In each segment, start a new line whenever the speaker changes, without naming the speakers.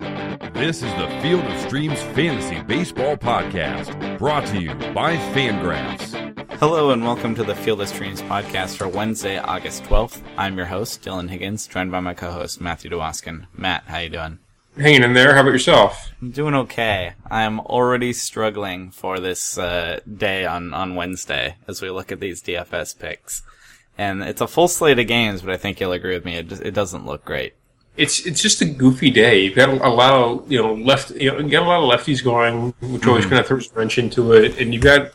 This is the Field of Streams Fantasy Baseball Podcast, brought to you by Fangraphs.
Hello and welcome to the Field of Streams podcast for Wednesday, August 12th. I'm your host, Dylan Higgins, joined by my co-host, Matthew DeWaskin. Matt, how you doing?
hanging in there. How about yourself?
I'm doing okay. I'm already struggling for this uh, day on, on Wednesday as we look at these DFS picks. And it's a full slate of games, but I think you'll agree with me. It, just, it doesn't look great.
It's it's just a goofy day. You've got a lot of you know left you, know, you got a lot of lefties going, which always kind of throws a wrench into it. And you've got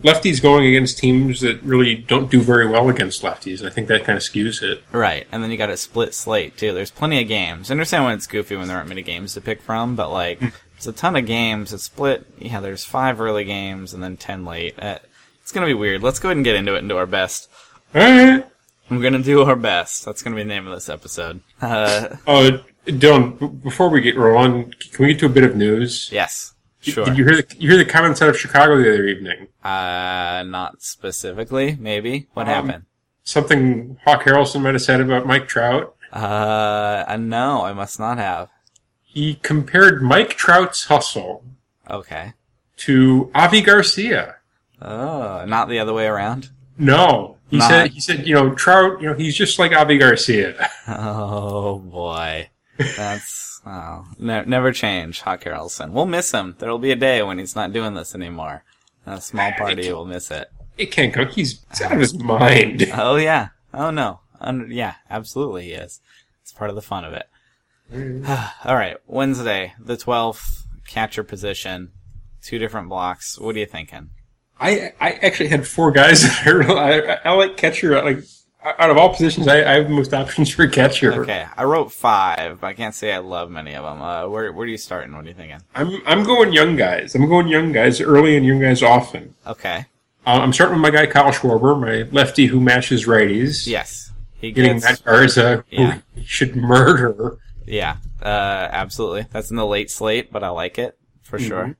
lefties going against teams that really don't do very well against lefties. And I think that kind of skews it.
Right. And then you got a split slate, too. There's plenty of games. I understand when it's goofy when there aren't many games to pick from, but, like, it's a ton of games. It's split. Yeah, there's five early games and then ten late. Uh, it's going to be weird. Let's go ahead and get into it and do our best.
All right.
We're going to do our best. That's going to be the name of this episode. Uh,
Uh, Dylan, b- before we get rolling, can we get to a bit of news?
yes.
Did-
Sure.
Did you hear the, you hear the comments out of Chicago the other evening?
Uh, not specifically, maybe. What
Um,
happened?
Something Hawk Harrelson might have said about Mike Trout.
Uh, uh, no, I must not have.
He compared Mike Trout's hustle
Okay.
to Avi Garcia.
Oh, not the other way around?
No. He
Not-
said he said, you know, Trout, you know, he's just like Avi Garcia.
Oh boy, that's oh, ne- never change, Hawk Harrelson. We'll miss him. There'll be a day when he's not doing this anymore. A small party will miss it.
It can't cook. He's he's out of his mind.
Oh yeah. Oh no. Un- yeah, absolutely he is. It's part of the fun of it. All right, Wednesday the twelfth, catcher position, two different blocks. What are you thinking?
I I actually had four guys that I really, I, I like catcher like out of all positions I, I have the most options for catcher.
Okay, I wrote five, but I can't say I love many of them. Uh, where where are you starting? What are you thinking?
I'm I'm going young guys. I'm going young guys early and young guys often.
Okay.
Uh, I'm starting with my guy Kyle Schwarber, my lefty who mashes righties.
Yes. He
Getting
gets
Matt Garza,
Yeah.
who he should murder.
Yeah, uh, absolutely. That's in the late slate, but I like it for sure.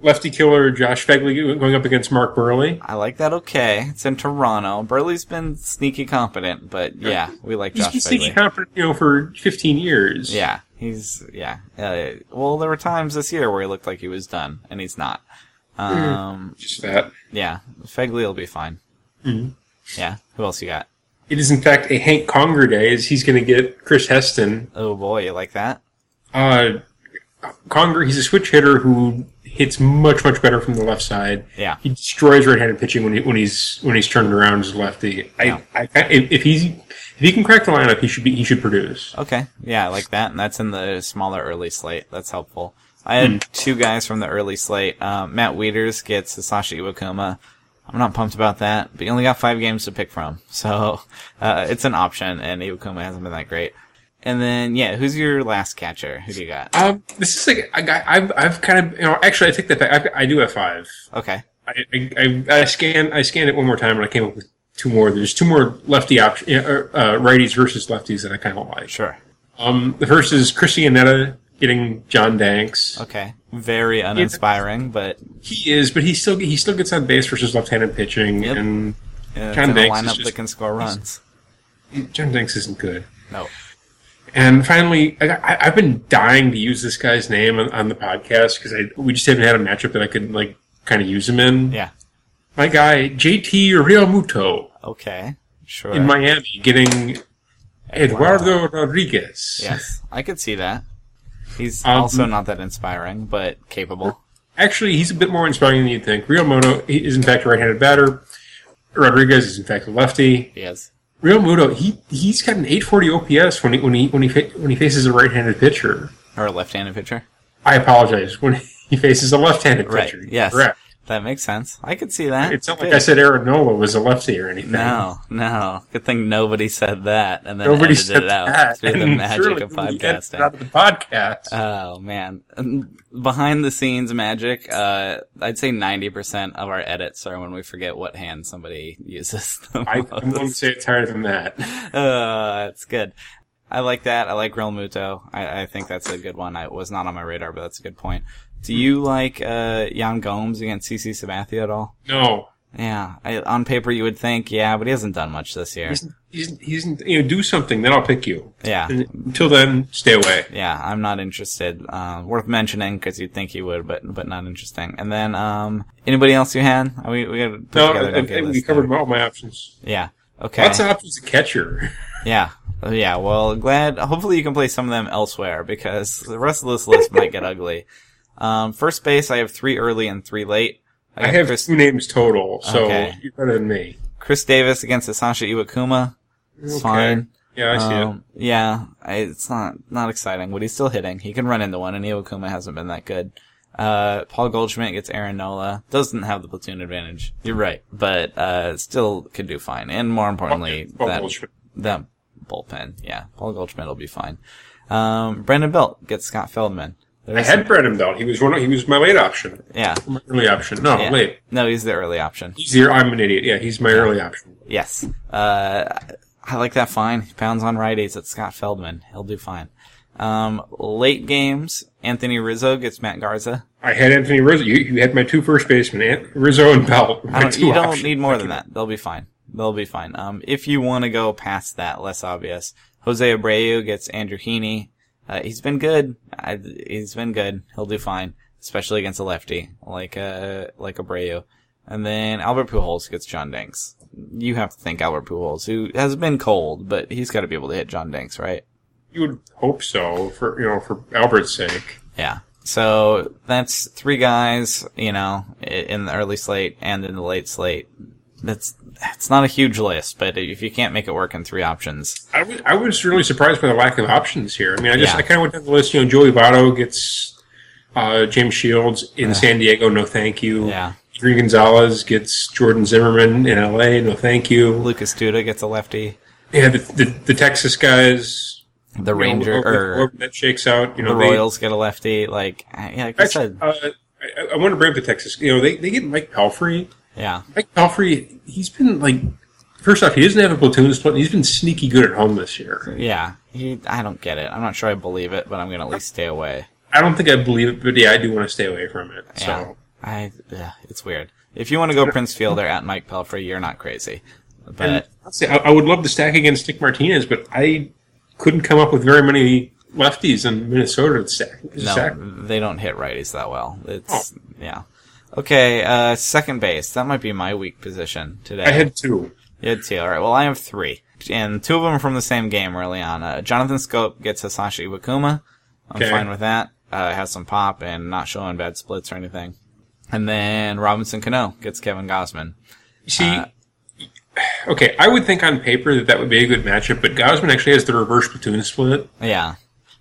Lefty killer Josh Fegley going up against Mark Burley.
I like that. Okay, it's in Toronto. Burley's been sneaky competent, but yeah, we like
He's
Josh
been sneaky
Bailey.
confident, you know, for 15 years.
Yeah, he's yeah. Uh, well, there were times this year where he looked like he was done, and he's not. Um,
Just that.
yeah, Fegley will be fine. Yeah, who else you got?
It is, in fact, a Hank Conger day as he's going to get Chris Heston.
Oh boy, you like that?
Uh, Conger, he's a switch hitter who hits much, much better from the left side.
Yeah.
He destroys right-handed pitching when, he, when he's when he's turned around as a lefty. I,
Yeah.
I, if if he's if he can crack the lineup, he should be he should produce.
Okay, yeah, I like that, and that's in the smaller early slate. That's helpful. I had
Hmm.
two guys from the early slate. Uh, Matt Wieters gets Sasha Iwakuma. I'm not pumped about that, but you only got five games to pick from, so uh, it's an option. And Iwakuma hasn't been that great. And then, yeah, who's your last catcher? Who do you got?
Um, this is like a guy I've I've kind of you know actually I take that back. I, I do have five.
Okay,
I, I, I I scan I scanned it one more time and I came up with two more. There's two more lefty option uh, uh, righties versus lefties that I kind of like.
sure.
Um, the first is Christianetta getting John Danks.
Okay, very uninspiring, but uh,
He is, but he still he still gets on base versus left-handed pitching,
Yep.
and
uh, it's
John
in a
Banks is
lineup
just-
that can score runs.
John Danks isn't good.
No.
And finally, I, I, I've been dying to use this guy's name on, on the podcast because I we just haven't had a matchup that I could like kind of use him in.
Yeah.
My guy JT Realmuto
Okay. Sure.
in Miami getting Eduardo Rodriguez.
Yes, I could see that. He's
Um,
also not that inspiring, but capable.
Actually, he's a bit more inspiring than you'd think. Real Muto he is, in fact, a right-handed batter. Rodriguez is, in fact, a lefty.
He is.
Real Muto, he he's got an 840 OPS when he when he when he fa- when he faces a right-handed pitcher.
Or a left-handed pitcher.
I apologize when he faces a left-handed
Right.
pitcher.
Yes.
correct.
That makes sense. I could see that.
It's not like
Good.
I said Aaron Nola was a lefty or anything.
No, no. Good thing nobody said that, and then
Nobody
edited
said
it out
that.
through the
and
magic
surely
of
nobody edited
podcasting.
it Out of the podcast.
Oh man, Um, behind the scenes magic. Uh, I'd say ninety percent of our edits are when we forget what hand somebody uses. The
I,
most.
I'm going to say it's higher than that.
uh, it's good. I like that. I like Real Muto. I, I think that's a good one. I it was not on my radar, but that's a good point. Do you like uh, Jan Gomes against CC Sabathia at all?
No,
Yeah, I, on paper you would think, yeah, but he hasn't done much this year.
He's, he's, he's you know do something, then I'll pick you.
Yeah.
And until then, stay away.
Yeah, I'm not interested. Uh, worth mentioning because you'd think he would, but but not interesting. And then um, anybody else you had? Uh, We we got to put
No,
together.
I, I
okay,
think
list
we
there.
covered all my options.
Yeah. Okay.
Lots of options to catcher.
Yeah. Oh, Yeah, well, glad. Hopefully, you can play some of them elsewhere because the rest of this list might get ugly. Um, first base, I have three early and three late.
I
got
have
Chris,
two names total, so
Okay.
you're better than me.
Chris Davis against Sasha Iwakuma. It's fine.
Yeah, I see it.
Um, yeah, I, it's not not exciting, but he's still hitting. He can run into one, and Iwakuma hasn't been that good. Uh, Paul Goldschmidt gets Aaron Nola. Doesn't have the platoon advantage. You're right, but uh, still could do fine. And more importantly,
Paul
that
Goldschmidt.
that bullpen, yeah, Paul Goldschmidt will be fine. Um, Brandon Belt gets Scott Feldman. There
I
is
had
some-
Brandon Belt. He was one. Of, he was my late option.
yeah,
My early option. No,
yeah.
late.
No, he's the early option.
He's here. I'm an idiot. Yeah, he's my early option.
Yes. Uh, I like that fine. He pounds on righties at Scott Feldman. He'll do fine. Um, late games, Anthony Rizzo gets Matt Garza.
I had Anthony Rizzo. You, you had my two first basemen, An- Rizzo and Belt.
I
My
don't,
two
you don't
options.
need more than that. They'll be fine. They'll be fine. Um, if you want to go past that, less obvious, Jose Abreu gets Andrew Heaney. Uh, he's been good. I, he's been good. He'll do fine, especially against a lefty like uh like Abreu. And then Albert Pujols gets John Danks. You have to think Albert Pujols, who has been cold, but he's got to be able to hit John Danks, right?
You would hope so for you know for Albert's sake.
Yeah. So that's three guys, you know, i- in the early slate and in the late slate. That's that's not a huge list, but if you can't make it work in three options,
I was, I was really surprised by the lack of options here. I mean, I just
Yeah.
I kind of went down the list. You know, Joey Votto gets uh, James Shields in San Diego. No, thank you.
Yeah.
Adrian Gonzalez gets Jordan Zimmerman in L.A. No, thank you.
Lucas Duda gets a lefty,
Yeah, the, the, the Texas guys.
the
you know,
Ranger
however-
or
however that shakes out. You know,
the
they-
Royals get a lefty. Like, I- yeah, like I
Actually,
said,
uh, I, I want to bring up the Texas. You know, they, they get Mike Pelfrey.
yeah,
Mike Pelfrey, he's been like, first off, he doesn't have a platoon split. and He's been sneaky good at home this year.
yeah. He, I don't get it. I'm not sure I believe it, but I'm gonna at least stay away.
I don't think I believe it, but yeah, I do want to stay away from it.
Yeah,
So
I, yeah, it's weird. If you want to go Prince Fielder at Mike Pelfrey, you're not crazy, but.
I'll say, I, I would love to stack against Nick Martinez, but I couldn't come up with very many lefties in Minnesota to stack. to
No,
stack.
they don't hit righties that well.
Oh.
It's yeah. Okay, uh, second base. That might be my weak position today.
I had two.
you had two. All right. Well, I have three, and two of them are from the same game early on. Uh, Jonathan Scope gets Hisashi Wakuma. I'm
Okay.
fine with that. Uh, has some pop and not showing bad splits or anything. And then Robinson Cano gets Kevin Gosman.
You See,
Uh,
okay, I would think on paper that that would be a good matchup, but Gosman actually has the reverse platoon split.
Yeah,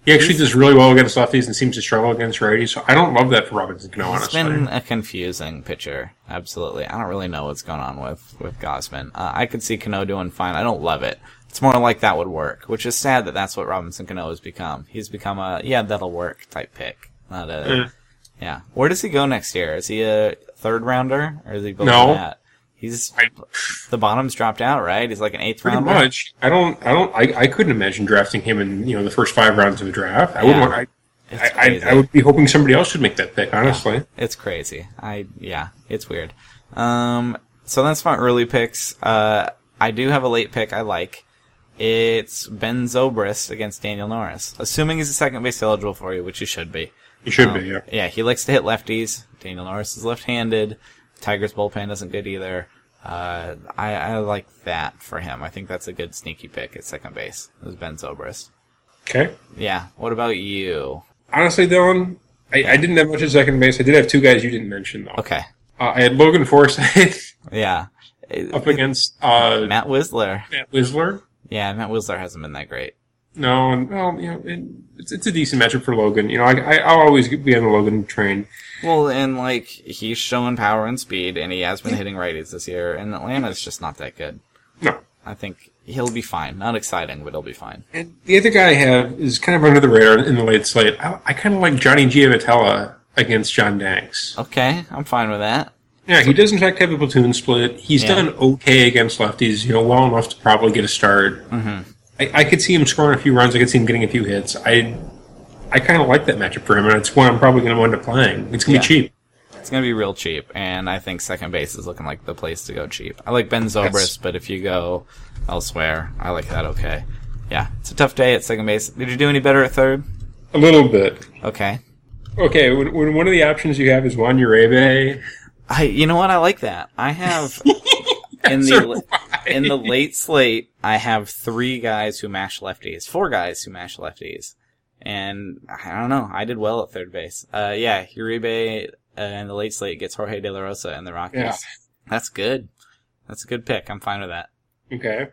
He actually does really well against lefties and seems to struggle against righties. So I don't love that for Robinson Cano,
it's
honestly.
been a confusing picture. Absolutely, I don't really know what's going on with with Gosman. Uh, I could see Cano doing fine. I don't love it. It's more like that would work, which is sad that that's what Robinson Cano has become. He's become a yeah that'll work type pick, not a yeah. Where does he go next year? Is he a third rounder or is he below
No.
that? He's
I-
the bottom's dropped out, right? He's like an eighth
Pretty
rounder.
much. I don't. I don't. I, I couldn't imagine drafting him in you know the first five rounds of the draft. I
Yeah.
wouldn't. Want, I,
It's
I,
crazy.
I, I would be hoping somebody else would make that pick. Honestly,
It's crazy. I yeah, it's weird. Um, so that's my early picks. Uh, I do have a late pick I like. It's Ben Zobrist against Daniel Norris, assuming he's a second base eligible for you, which he should be.
he should be. Yeah.
Yeah, he likes to hit lefties. Daniel Norris is left-handed. Tigers bullpen isn't good either. Uh, I, I like that for him. I think that's a good sneaky pick at second base. Is Ben Zobrist?
Okay.
Yeah. What about you?
Honestly, Dylan, I, I didn't have much at second base. I did have two guys you didn't mention though.
Okay.
Uh, I had Logan Forsyth
Yeah.
up against uh,
Matt Whistler.
Matt Wisler.
Yeah, Matt Whistler hasn't been that great.
No, and well, you know, it, it's, it's a decent matchup for Logan. You know, I, I, I'll always be on the Logan train.
Well, and like he's showing power and speed, and he has been hitting righties this year. And Atlanta's just not that good.
No,
I think he'll be fine. Not exciting, but he'll be fine.
And the other guy I have is kind of under the radar in the late slate. I, I kind of like Johnny Giavatella against John Danks.
Okay, I'm fine with that.
Yeah, he does in fact have a platoon split. He's
Yeah.
done okay against lefties, you know, well enough to probably get a start. Mm-hmm. I, I could see him scoring a few runs. I could see him getting a few hits. I I kind of like that matchup for him, and it's one I'm probably going to wind up playing. It's going
Yeah.
to be cheap.
It's going to be real cheap, and I think second base is looking like the place to go cheap. I like Ben Zobrist,
That's-
but if you go elsewhere, I like that okay. Yeah, it's a tough day at second base. Did you do any better at third?
A little bit.
Okay.
Okay, when, when one of the options you have is Juan Uribe,
I, you know what? I like that. I have in
Sir,
the
why?
in the late slate, I have three guys who mash lefties, four guys who mash lefties, and I don't know. I did well at third base. Uh, yeah, Uribe uh, in the late slate gets Jorge De La Rosa and the Rockies.
Yeah.
That's good. That's a good pick. I'm fine with that.
Okay.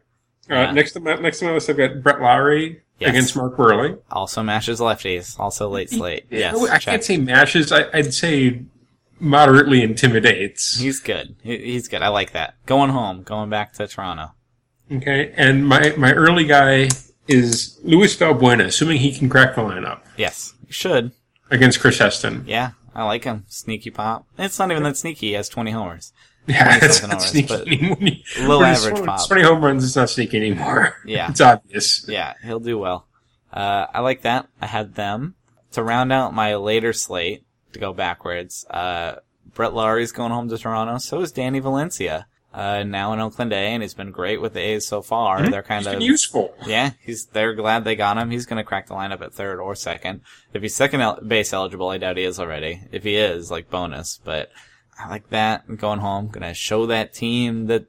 Uh,
Yeah.
Next on my, next on my list, I've got Brett Lowry
Yes.
against Mark Burley.
Also mashes lefties. Also late slate. Yes,
Oh, I, I
check.
can't say mashes. I, I'd say moderately intimidates.
He's good. He- He's good. I like that. Going home. Going back to Toronto.
Okay, and my, my early guy is Luis Valbuena, assuming he can crack the lineup
Yes, you should.
against Chris Heston.
Yeah, I like him. Sneaky pop. It's not even that sneaky. He has 20 homers.
Yeah, it's
something
not
hours,
sneaky
but
anymore.
little
We're just
average
throwing
pop.
20 home runs, it's not sneaky anymore.
Yeah.
it's obvious.
Yeah, he'll do well. Uh, I like that. I had them. To round out my later slate, to go backwards, uh, Brett Lowry's going home to Toronto. So is Danny Valencia. Uh, now in Oakland A, and he's been great with the A's so far. They're kind
It's
of
been useful.
Yeah, he's. They're glad they got him. He's going to crack the lineup at third or second. If he's second el- base eligible, I doubt he is already. If he is, like bonus. But I like that. I'm going home. Going to show that team that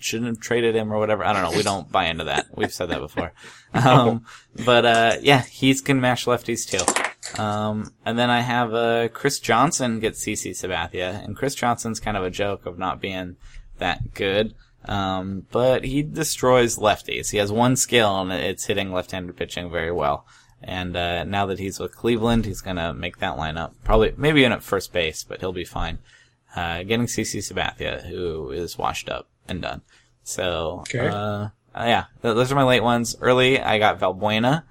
shouldn't have traded him or whatever. I don't know. We don't buy into that. We've said that before. Um, but uh, yeah, he's can mash lefties too. Um, and then I have uh, Chris Johnson gets CC Sabathia, and Chris Johnson's kind of a joke of not being that good. Um, but he destroys lefties. He has one skill, and it's hitting left-handed pitching very well. And uh, now that he's with Cleveland, he's gonna make that lineup probably maybe in at first base, but he'll be fine. Uh, getting CC Sabathia, who is washed up and done. So
Okay.
uh, yeah, th- those are my late ones. Early, I got Valbuena.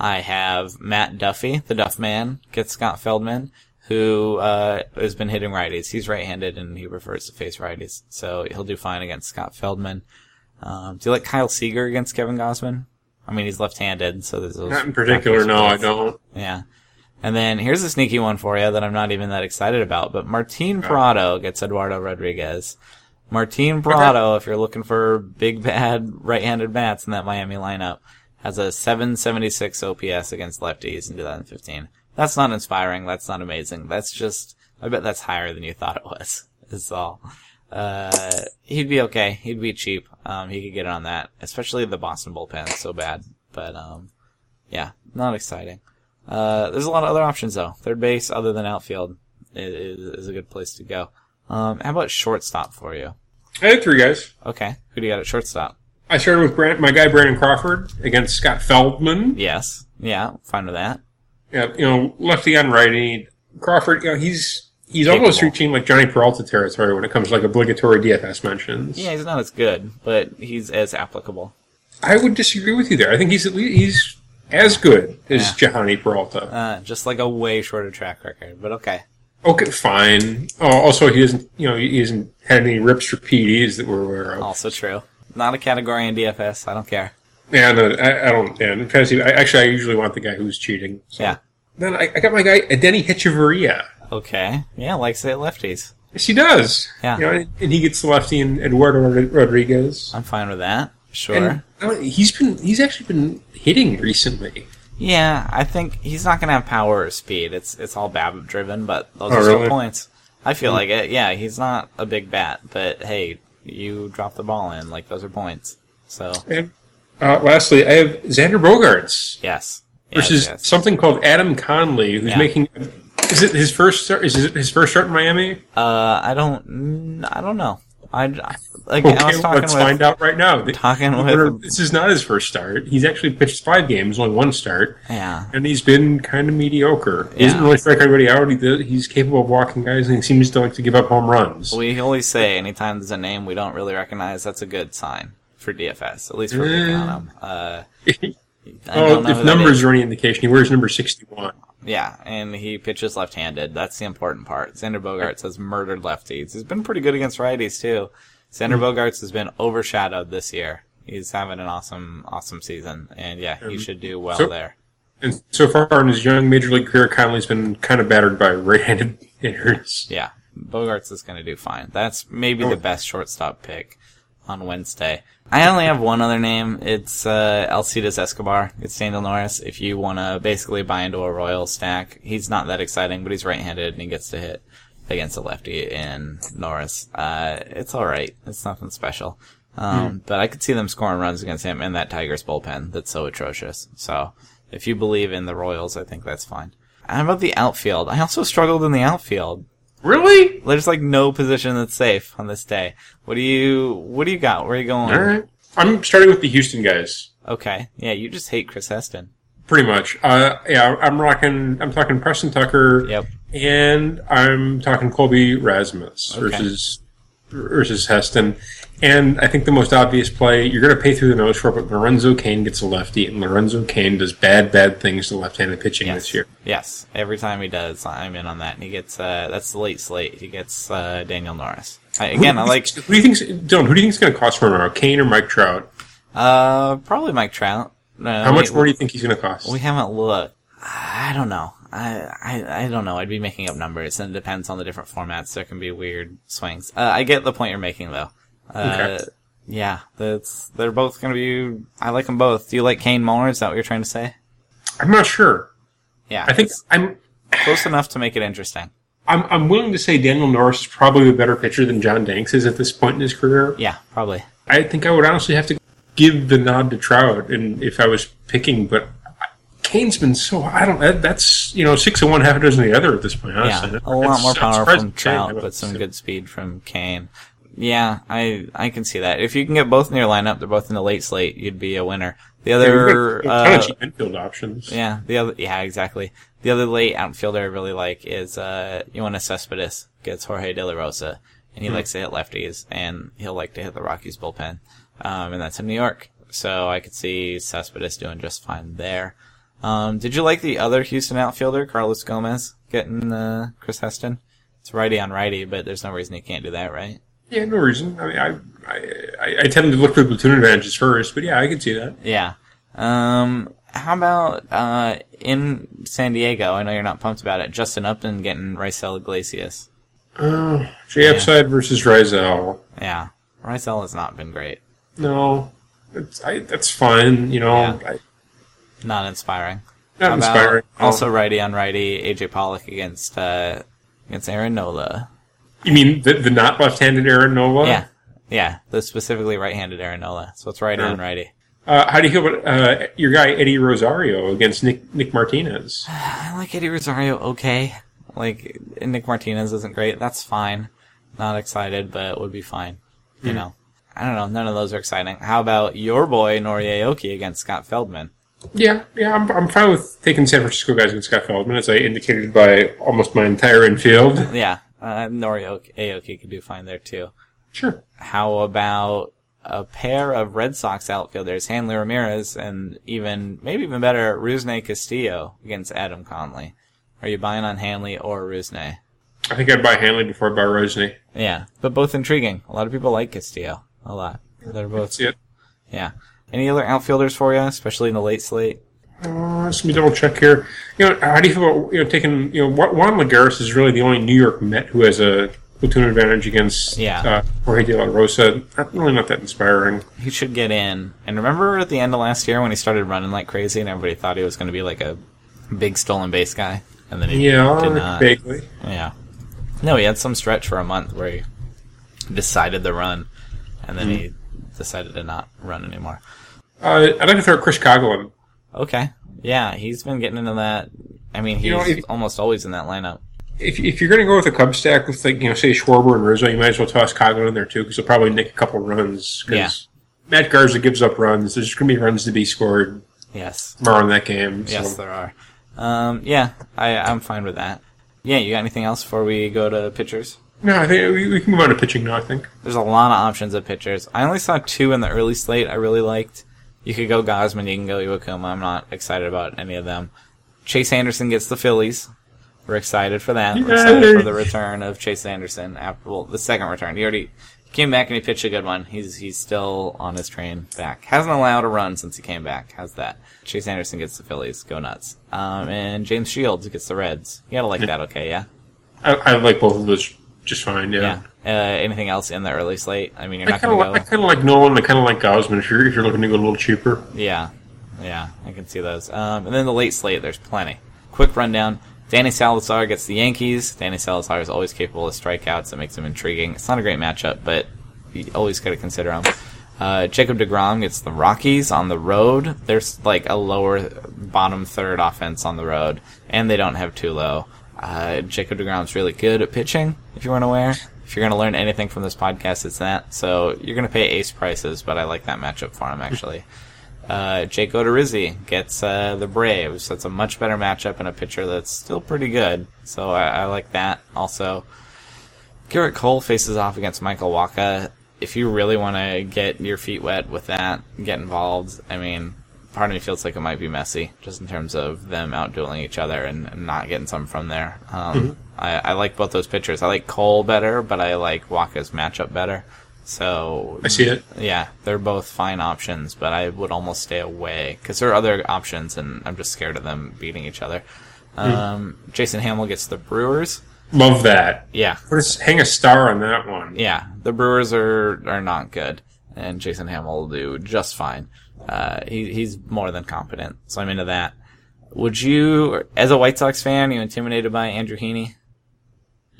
I have Matt Duffy, the Duff Man, get Scott Feldman, who uh, has been hitting righties. He's right-handed and he prefers to face righties, so he'll do fine against Scott Feldman. Um, do you like Kyle Seager against Kevin Gosman? I mean, he's left-handed, so there's those
Not in particular, no, I don't.
yeah. And then here's a sneaky one for you that I'm not even that excited about, but Martin Prado gets Eduardo Rodriguez. Martin Prado, if you're looking for big bad right-handed bats in that Miami lineup, has a 776 OPS against lefties in 2015. That's not inspiring. That's not amazing. That's just, I bet that's higher than you thought it was. Is all. Uh, he'd be okay. He'd be cheap. Um, he could get on that, especially the Boston bullpen. So bad, but um, yeah, not exciting. Uh, there's a lot of other options though. Third base, other than outfield, i- is, is a good place to go. Um, how about shortstop for you?
I had three guys.
Okay, who do you got at shortstop?
I started with Brand, my guy Brandon Crawford against Scott Feldman.
Yes, yeah, fine with that.
Yeah, you know, lefty on righty. Crawford, you know, he's he's
Capable.
almost reaching like Johnny Peralta territory when it comes to like obligatory DFS mentions.
Yeah, he's not as good, but he's as applicable.
I would disagree with you there. I think he's at least he's as good as Johnny Peralta.
Uh, just like a way shorter track record, but okay.
okay, fine. Oh, also, he isn't you know he isn't had any rips or PDs that we're aware of.
Also true. Not a category in DFS. I don't care.
Yeah, no, uh, I, I don't. Yeah, in fantasy, I, actually, I usually want the guy who's cheating. So.
Yeah.
Then I, I got my guy uh, Denny Hitcheveria.
Okay. Yeah, likes it lefties.
Yes, he does.
Yeah.
You know, and, and he gets the lefty and Eduardo Rod- Rodriguez.
I'm fine with that. Sure.
And uh, he's been he's actually been hitting recently.
yeah, I think he's not gonna have power or speed. It's it's all BABIP driven, but those
Oh,
are still
really? Hmm.
points. I feel like it. Yeah, he's not a big bat, but hey, you drop the ball in like those are points. So
And uh, lastly, I have Xander Bogarts
yes, Yes,
versus
yes.
something called Adam Conley, who's
Yeah.
making is it his first start? Is it his first start in Miami?
Uh, I don't. I don't know. I, I- like
Okay,
I was talking
let's
with
find out right now. The-
talking
the-
with-
this is not his first start. He's actually pitched five games, only one start,
yeah.
and he's been kind of mediocre. He doesn't
Yeah.
really strike anybody out. He does- He's capable of walking guys, and he seems to like to give up home runs.
We always say anytime there's a name we don't really recognize, that's a good sign for DFS. At least we're picking on them. Uh, I
oh,
don't know who
if
that
numbers
is.
are any indication, he wears number sixty-one.
Yeah, and he pitches left-handed. That's the important part. Xander Bogarts has murdered lefties. He's been pretty good against righties too. Xander Bogarts has been overshadowed this year. He's having an awesome, awesome season, and yeah, he should do well
so-
there.
And so far in his young major league career, Conley's been kind of battered by right-handed hitters.
Yeah, Bogarts is going to do fine. That's maybe
Oh.
the best shortstop pick on Wednesday. I only have one other name. It's uh, Alcides Escobar. It's Daniel Norris. If you want to basically buy into a Royal stack, he's not that exciting, but he's right-handed and he gets to hit against a lefty in Norris. Uh, it's all right. It's nothing special. Um, But I could see them scoring runs against him and that Tigers bullpen that's so atrocious. So if you believe in the Royals, I think that's fine. How about the outfield? I also struggled in the outfield.
Really?
There's like no position that's safe on this day. What do you what do you got? Where are you going?
All right. I'm starting with the Houston guys.
Okay. Yeah, you just hate Chris Heston.
Pretty much. Uh, yeah, I'm rocking. I'm talking Preston Tucker.
Yep.
And I'm talking Colby Rasmus
Okay.
versus versus Heston. And I think the most obvious play you're going to pay through the nose for, it, but Lorenzo Kane gets a lefty, and Lorenzo Kane does bad, bad things to left-handed pitching
Yes.
this year.
Yes. Every time he does, I'm in on that. And he gets uh that's the late slate. He gets uh Daniel Norris. I, again, I like
Who do you think's Dylan? Who do you think's going to cost for tomorrow? Kane or Mike Trout?
uh probably Mike Trout. Uh,
How much
we-
more do you think he's going to cost?
We haven't looked. I don't know. I, I I don't know. I'd be making up numbers, and it depends on the different formats. There can be weird swings. Uh, I get the point you're making, though. Uh,
Okay.
Yeah, that's they're both going to be. I like them both. Do you like Kane more? Is that what you're trying to say?
I'm not sure.
Yeah,
I think
it's
I'm.
close enough to make it interesting.
I'm, I'm willing to say Daniel Norris is probably a better pitcher than John Danks is at this point in his career.
Yeah, probably.
I think I would honestly have to give the nod to Trout, and if I was picking, but Kane's been so I don't that, that's you know six of one, half a dozen of the other at this point. Honestly,
Yeah, a lot
It's-
more
it's
power
surprising
from
to say,
Trout,
but
but some good speed from Kane. Yeah, I I can see that. If you can get both in your lineup, they're both in the late slate. You'd be a winner. The
They're
other
kind
uh,
of cheap infield options.
Yeah, the other yeah, exactly. The other late outfielder I really like is uh Ioannis Cespedes gets Jorge De La Rosa, and he likes to hit lefties, and he'll like to hit the Rockies bullpen, um, and that's in New York. So I could see Cespedes doing just fine there. Um, did you like the other Houston outfielder, Carlos Gomez, getting uh, Chris Heston? It's righty on righty, but there's no reason he can't do that, right?
yeah, no reason. I mean, I, I I- I tend to look for platoon advantages first, but yeah, I can see that.
Yeah. Um, how about uh, in San Diego? I know you're not pumped about it. Justin Upton getting Rysel Iglesias.
Uh, JF side versus Rizal.
Yeah, Rysel has not been great.
No, it's, I, that's fine. You know,
Yeah.
I,
Not inspiring.
not
How about
inspiring. Um,
Also, righty on righty. AJ Pollock against uh, against Aaron Nola.
you mean the, the not left-handed Aaron Nola?
Yeah, yeah. The specifically right-handed Aaron Nola. So it's righty
Sure.
on righty.
Uh, how do you feel about uh, your guy Eddie Rosario against Nick Nick Martinez?
I like Eddie Rosario. Okay, like Nick Martinez isn't great. That's fine. Not excited, but would be fine. You know, I don't know. None of those are exciting. How about your boy Norie Aoki against Scott Feldman?
Yeah, yeah, I'm, I'm fine with taking San Francisco guys against Scott Feldman, as I indicated by almost my entire infield.
Yeah, uh, Norie Aoki- Aoki could do fine there too.
Sure.
How about a pair of Red Sox outfielders, Hanley Ramirez, and even maybe even better, Ruzne Castillo against Adam Conley? Are you buying on Hanley or Ruzne?
I think I'd buy Hanley before I buy Rosny.
Yeah, but both intriguing. A lot of people like Castillo a lot. They're both
That's it.
Yeah. Any other outfielders for you, especially in the late slate?
Uh, let me double check here. You know, how do you feel about you know taking you know Wa- Juan Lagares is really the only New York Met who has a platoon advantage against
Yeah.
uh, Jorge De La Rosa. Not, really not that inspiring.
He should get in. And remember at the end of last year when he started running like crazy and everybody thought he was going to be like a big stolen base guy? And then he did
Yeah,
not.
vaguely.
Yeah. No, he had some stretch for a month where he decided to run and then he
Mm.
decided to not run anymore.
Uh, I'd like to throw Chris Coughlin.
Okay. Yeah, he's been getting into that. I mean, he's
You know, if-
almost always in that lineup.
if, if you're going to go with a Cub stack with like you know say Schwarber and Rizzo, you might as well toss Coglin in there too because they'll probably nick a couple runs. 'cause
Yeah.
Matt Garza gives up runs. There's going to be runs to be scored
Yes.
tomorrow in that game. So.
Yes, there are. Um, yeah, I, I'm fine with that. Yeah, you got anything else before we go to pitchers?
no, I think we, we can move on to pitching now. I think
There's a lot of options of pitchers. I only saw two in the early slate I really liked. You could go Gosman, you can go Iwakuma. I'm not excited about any of them. Chase Anderson gets the Phillies. We're excited for that. We're excited
Yay.
for the return of Chase Anderson. After, well, the second return. He already came back and he pitched a good one. He's he's still on his train back. Hasn't allowed a run since he came back. How's that? Chase Anderson gets the Phillies. Go nuts. Um, and James Shields gets the Reds. You gotta like that, okay? Yeah.
I, I like both of those just fine. Yeah.
Yeah. Uh, anything else in the early slate? I mean, you're
I
not
kind of
going
like,
to go.
I kind of like Nolan. I kind of like Gosman if you're if you're looking to go a little cheaper.
Yeah, yeah, I can see those. Um, and then the late slate, there's plenty. Quick rundown: Danny Salazar gets the Yankees. Danny Salazar is always capable of strikeouts. That makes him intriguing. It's not a great matchup, but you always got to consider him. Uh, Jacob Degrom gets the Rockies on the road. There's like a lower bottom third offense on the road, and they don't have Tulo. Uh, Jacob Degrom's really good at pitching. If you weren't aware, if you're going to learn anything from this podcast, it's that. So you're going to pay ace prices, but I like that matchup for him actually. Uh, Jake Odorizzi gets uh, the Braves. That's a much better matchup and a pitcher that's still pretty good. So I, I like that. Also, Garrett Cole faces off against Michael Waka. If you really want to get your feet wet with that, get involved. I mean, part of me feels like it might be messy, just in terms of them outdueling each other and, and not getting some from there. Um, I, I like both those pitchers. I like Cole better, but I like Waka's matchup better. So
I see it.
yeah, they're both fine options, but I would almost stay away because there are other options, and I'm just scared of them beating each other.
Hmm.
Um, Jason Hamill gets the Brewers.
Love that.
Yeah,
Put a- hang a star on that one.
yeah, the Brewers are are not good, and Jason Hamill will do just fine. Uh, he, he's more than competent, so I'm into that. Would you, as a White Sox fan, you intimidated by Andrew Heaney?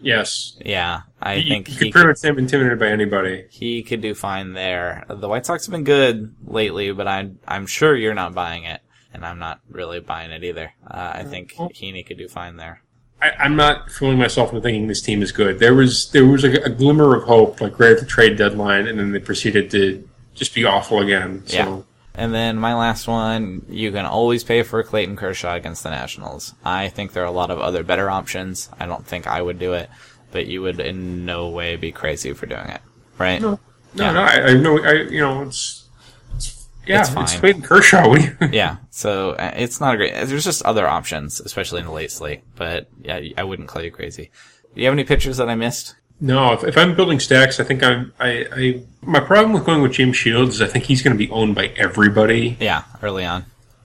Yes.
Yeah, I
You-
think
you,
he
could pretty much say I'm intimidated by anybody.
he could do fine there. The White Sox have been good lately, but I'm I'm sure you're not buying it, and I'm not really buying it either. Uh,
Mm-hmm.
I think Heaney could do fine there.
I, I'm not fooling myself into thinking this team is good. There was there was a, a glimmer of hope, like right at the trade deadline, and then they proceeded to just be awful again. So.
Yeah. And then my last one, you can always pay for Clayton Kershaw against the Nationals. I think there are a lot of other better options. I don't think I would do it, but you would in no way be crazy for doing it, right?
No,
Yeah.
no, I, I know. I you know it's, it's yeah,
It's
it's,
fine.
Clayton Kershaw. What do you-
Yeah, so uh, it's not a great. There's just other options, especially in the late slate. But yeah, I wouldn't call you crazy. Do you have any pictures that I missed?
no, if, if I'm building stacks, I think I'm. I, I my problem with going with James Shields is I think he's going to be owned by everybody.
Yeah, early on.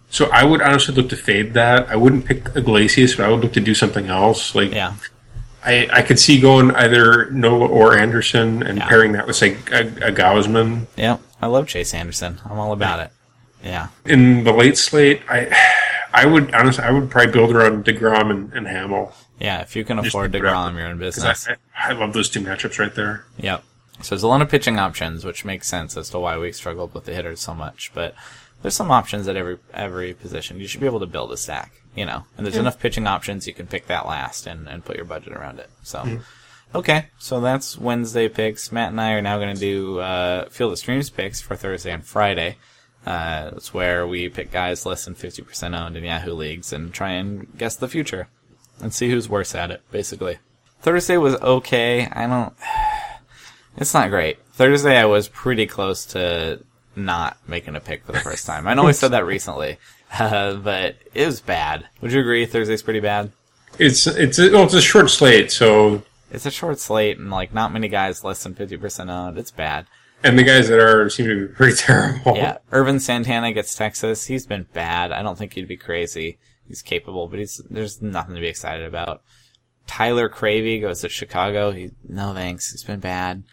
So I would honestly look to fade that. I wouldn't pick Iglesias, but I would look to do something else. Like
Yeah,
I, I could see going either Nola or Anderson and
Yeah.
pairing that with say a, a Gausman.
yeah. I love Chase Anderson. I'm all about it. Yeah,
In the late slate, I I would honestly I would probably build around Degrom and, and Hamill.
yeah. If you can afford
pick it up.
Degrom, you're in
'Cause I-
business.
I, I love those two matchups right there.
Yep. So there's a lot of pitching options, which makes sense as to why we struggled with the hitters so much. But there's some options at every every position. You should be able to build a stack, you know. And there's enough pitching options you can pick that last and, and put your budget around it. So okay, so that's Wednesday picks. Matt and I are now going to do uh, Field of Streams picks for Thursday and Friday. Uh, it's where we pick guys less than 50% owned in Yahoo leagues and try and guess the future and see who's worse at it, basically. Thursday was okay. I don't. It's not great. Thursday, I was pretty close to not making a pick for the first time. I know I said that recently, uh, but it was bad. Would you agree? Thursday's pretty bad.
It's it's a, well, it's a short slate, so
It's a short slate and like not many guys less than fifty percent owned. It's bad.
and the guys that are seem to be pretty terrible.
Yeah, Irvin Santana gets Texas. He's been bad. I don't think he'd be crazy. He's capable, but he's there's nothing to be excited about. Tyler Cravey goes to Chicago. He no thanks. He's been bad.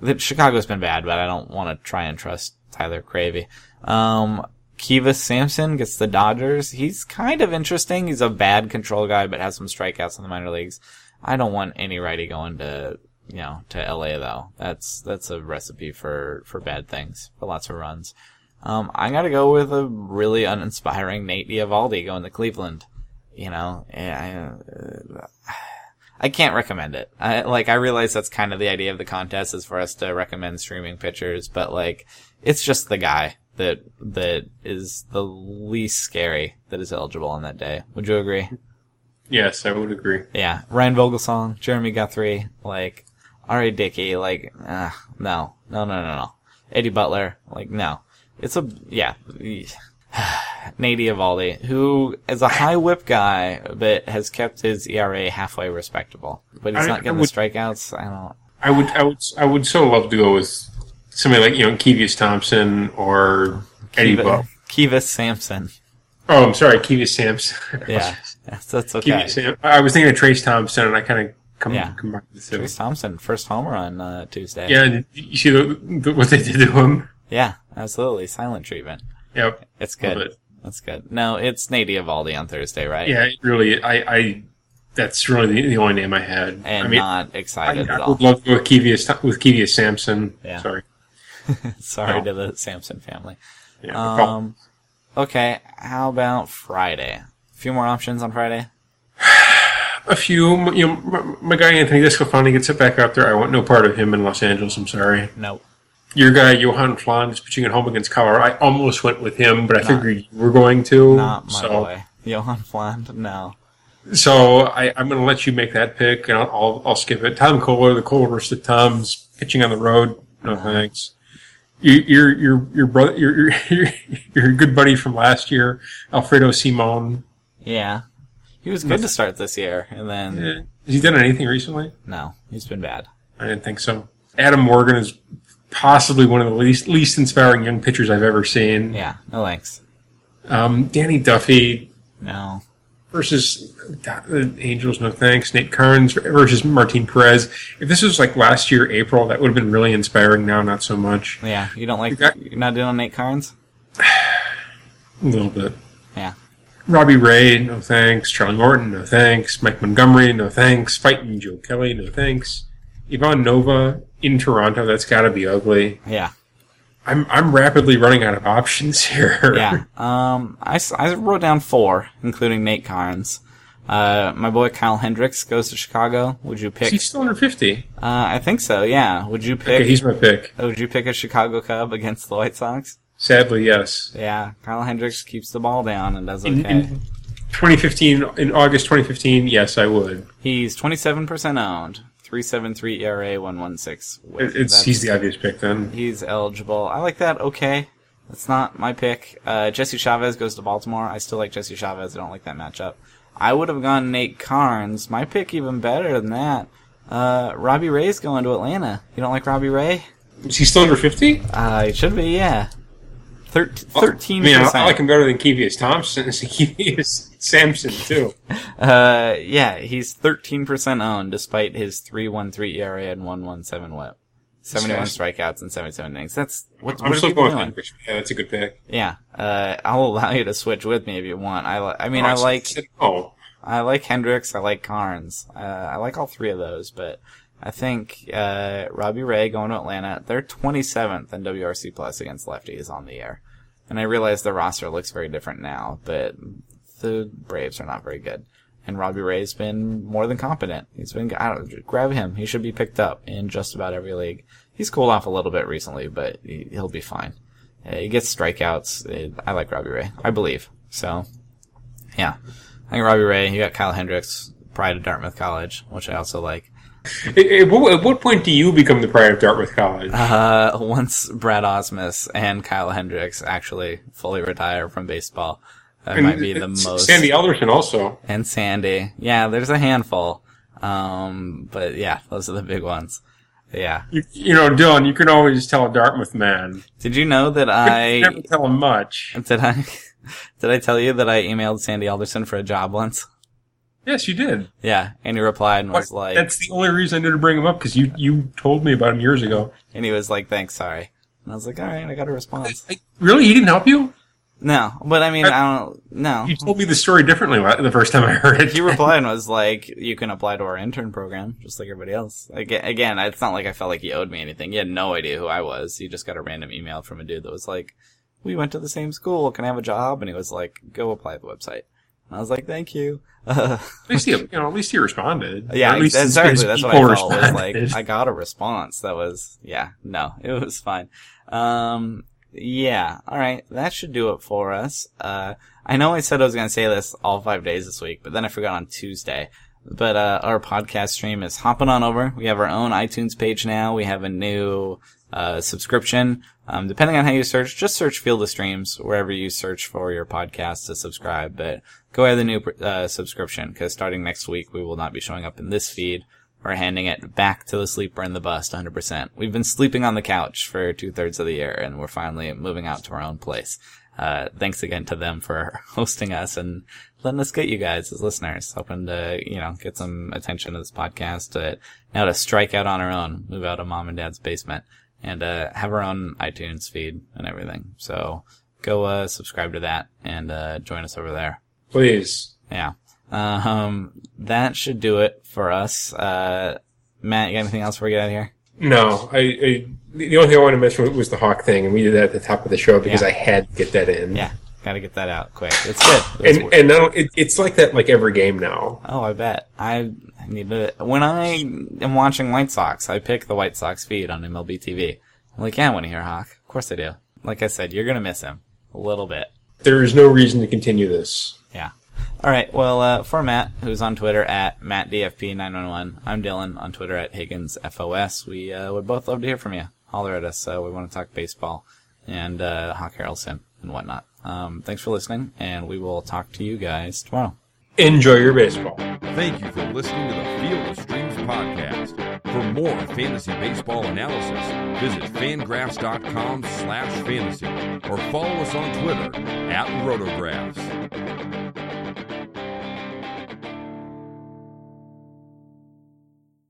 The, Chicago's been bad, but I don't want to try and trust Tyler Cravey. Um, Kiva Sampson gets the Dodgers. He's kind of interesting. He's a bad control guy, but has some strikeouts in the minor leagues. I don't want any righty going to you know to LA though. That's that's a recipe for for bad things, for lots of runs. Um, I gotta go with a really uninspiring Nate Diavaldi going to Cleveland. You know, yeah, I, uh, I can't recommend it. I, like, I realize that's kind of the idea of the contest is for us to recommend streaming pitchers, but like, it's just the guy that, that is the least scary that is eligible on that day. Would you agree?
Yes, I would agree.
Yeah, Ryan Vogelsong, Jeremy Guthrie, like R.A. Dickey, like uh, no, no, no, no, no. Eddie Butler, like no. It's a yeah, Nate Evaldi, who is a high whip guy, but has kept his ERA halfway respectable. But he's
I-
not
I
getting
would-
the strikeouts. I don't.
I would I would I would so love to go with somebody like you know Kevius Thompson or Eddie Bo.
Kiva Sampson.
Oh, I'm sorry, Kevius Samson.
Yeah, that's, that's okay.
Kevius Sam- I was thinking of Trace Thompson, and I kind of Come,
Yeah.
combined the two.
Chris Thompson, first homer on uh, Tuesday.
Yeah, and you see the, the, what they did to him.
Yeah, absolutely. Silent treatment.
Yep.
It's
Love
good.
it.
That's good. No, it's Nady Evaldi on Thursday, right?
Yeah, it really. I, I that's really the, the only name I had.
And
I mean,
not
I,
excited at
I
all.
would love to go with Kevious with Kevious Sampson.
Yeah.
Sorry.
Sorry
No.
to the Samson family.
Yeah, no problem.
Um, okay, how about Friday? A few more options on Friday.
a few. m- You know, m- my guy Anthony Discofani gets it back out there. I want no part of him in Los Angeles. I'm sorry.
Nope.
Your guy Johan Flan is pitching at home against Colorado. I almost went with him, but I figured you were going to.
Not my
so,
boy. Johan Fland? No.
So I, I'm going to let you make that pick, and I'll, I'll, I'll skip it. Tom Kohler, the Kohler versus the Toms, pitching on the road. No thanks. Your your your your brother, your your- your your good buddy from last year, Alfredo Simon.
Yeah. He was good to start this year, and then
Uh, Has he done anything recently?
no, he's been bad.
I didn't think so. Adam Morgan is possibly one of the least least inspiring young pitchers I've ever seen.
Yeah, no thanks.
Um, Danny Duffy
No.
versus the Angels, no thanks. Nate Kearns versus Martin Perez. If this was like last year, April, that would have been really inspiring. Now, not so much.
Yeah, you don't like
got-
you're not doing Nate Carnes?
A little bit.
Yeah.
Robbie Ray, no thanks. Charlie Morton, no thanks. Mike Montgomery, no thanks. Fighting Joe Kelly, no thanks. Ivan Nova in Toronto, that's got to be ugly.
Yeah.
I'm I'm rapidly running out of options here.
Yeah. Um, I, s- I wrote down four, including Nate Carnes. Uh, my boy Kyle Hendricks goes to Chicago. Would you pick?
He's still under 50.
Uh, I think so. Yeah. Would you pick?
Okay, he's my pick.
would Oh, you pick a Chicago Cub against the White Sox?
Sadly, yes.
Yeah. Kyle Hendricks keeps the ball down and does
In,
okay.
in 2015, in August 2015, yes, I would.
He's twenty seven percent owned. Three seven three ERA one one six.
It- It's he's the obvious pick then.
He's eligible. I like that. Okay. That's not my pick. Uh, Jesse Chavez goes to Baltimore. I still like Jesse Chavez. I don't like that matchup. I would have gone Nate Carnes. My pick even better than that. Uh, Robbie Ray's going to Atlanta. You don't like Robbie Ray?
Is he still under 50?
Uh, it should be, yeah. Thir- 13%.
I mean, I I like him better than Kevious Thompson. It's Kevious Sampson too.
Uh, yeah, he's 13% owned despite his 3.13 ERA E and 1.17 whip. 71 E strikeouts and 77 innings. That's what, what
I'm
are
still
people
going with
doing?
Hendricks. Yeah, that's a good pick.
Yeah, uh, I'll allow you to switch with me if you want. I, li- I mean, I
Oh,
like
said no.
I like Hendricks, I like Carnes, uh, I like all three of those, but I think uh, Robbie Ray going to Atlanta, they're 27th in WRC plus against lefties on the air, and I realize the roster looks very different now, but the Braves are not very good, and Robbie Ray's been more than competent. He's been I don't, grab him, he should be picked up in just about every league. He's cooled off a little bit recently, but he, he'll be fine. Uh, he gets strikeouts. Uh, I like Robbie Ray, I believe. So yeah. I think Robbie Ray, you got Kyle Hendricks, pride of Dartmouth College, which I also like.
At, at what, at what point do you become the pride of Dartmouth College?
Uh, once Brad Osmus and Kyle Hendricks actually fully retire from baseball, that might be the
S-
most.
Sandy Elderson also.
And Sandy. Yeah, there's a handful. Um, but yeah, those are the big ones. Yeah.
You, you know, Dylan, you can always tell a Dartmouth man.
Did you know that
You
I,
never tell him much.
did I, did I tell you that I emailed Sandy Alderson for a job once?
Yes, you did.
Yeah. And he replied and was
What?
like,
That's the only reason I knew to bring him up because you you told me about him years ago.
and he was like, thanks, sorry. And I was like, all right, I got a response.
Like, really, he didn't help you?
No, but I mean,
I-
I don't. No,
You told me the story differently la- the first time I heard it.
he replied and was like, "You can apply to our intern program, just like everybody else." Again, again, it's not like I felt like he owed me anything. He had no idea who I was. He just got a random email from a dude that was like, "We went to the same school. Can I have a job?" And he was like, "Go apply at the website." And I was like, "Thank you." Uh,
At least he, you know, at least he responded.
yeah,
Or at least his-
exactly.
his
That's what
people
I felt. Was
responded.
like, I got a response that was, yeah, no, it was fine. Um, yeah, all right, that should do it for us. Uh, I know I said I was going to say this all five days this week, but then I forgot on Tuesday. But uh, our podcast stream is hopping on over. We have our own iTunes page now. We have a new uh, subscription. Um, depending on how you search, just search Field of Streams wherever you search for your podcast to subscribe. But go ahead the new uh, subscription because starting next week we will not be showing up in this feed. We're handing it back to the sleeper in the bus 100%. We've been sleeping on the couch for two thirds of the year and we're finally moving out to our own place. Uh, thanks again to them for hosting us and letting us get you guys as listeners, hoping to, you know, get some attention to this podcast, to, now to strike out on our own, move out of mom and dad's basement and, uh, have our own iTunes feed and everything. So go, uh, subscribe to that and, uh, join us over there.
Please.
Yeah. Um, that should do it for us. Uh, Matt, you got anything else before we get out of here?
No, I, I the only thing I wanted to mention was the hawk thing, and we did that at the top of the show because
Yeah.
I had to get that in.
Yeah. Gotta get that out quick. It's good. It's
and
weird.
and now it, it's like that like every game now.
oh, I bet. I need to, when I am watching White Sox, I pick the White Sox feed on MLB TV. I'm like, yeah, I want to hear Hawk. Of course I do. Like I said, you're gonna miss him. A little bit.
There is no reason to continue this.
Yeah. All right. Well, uh, for Matt, who's on Twitter at MattDFP911, I'm Dylan on Twitter at HigginsFOS. We uh, would both love to hear from you. Holler at us. Uh, we want to talk baseball and uh, Hawk Harrelson and whatnot. Um, thanks for listening, and we will talk to you guys tomorrow.
Enjoy your baseball.
Thank you for listening to the Field of Streams podcast. For more fantasy baseball analysis, visit fangraphs.com slash fantasy or follow us on Twitter at rotographs.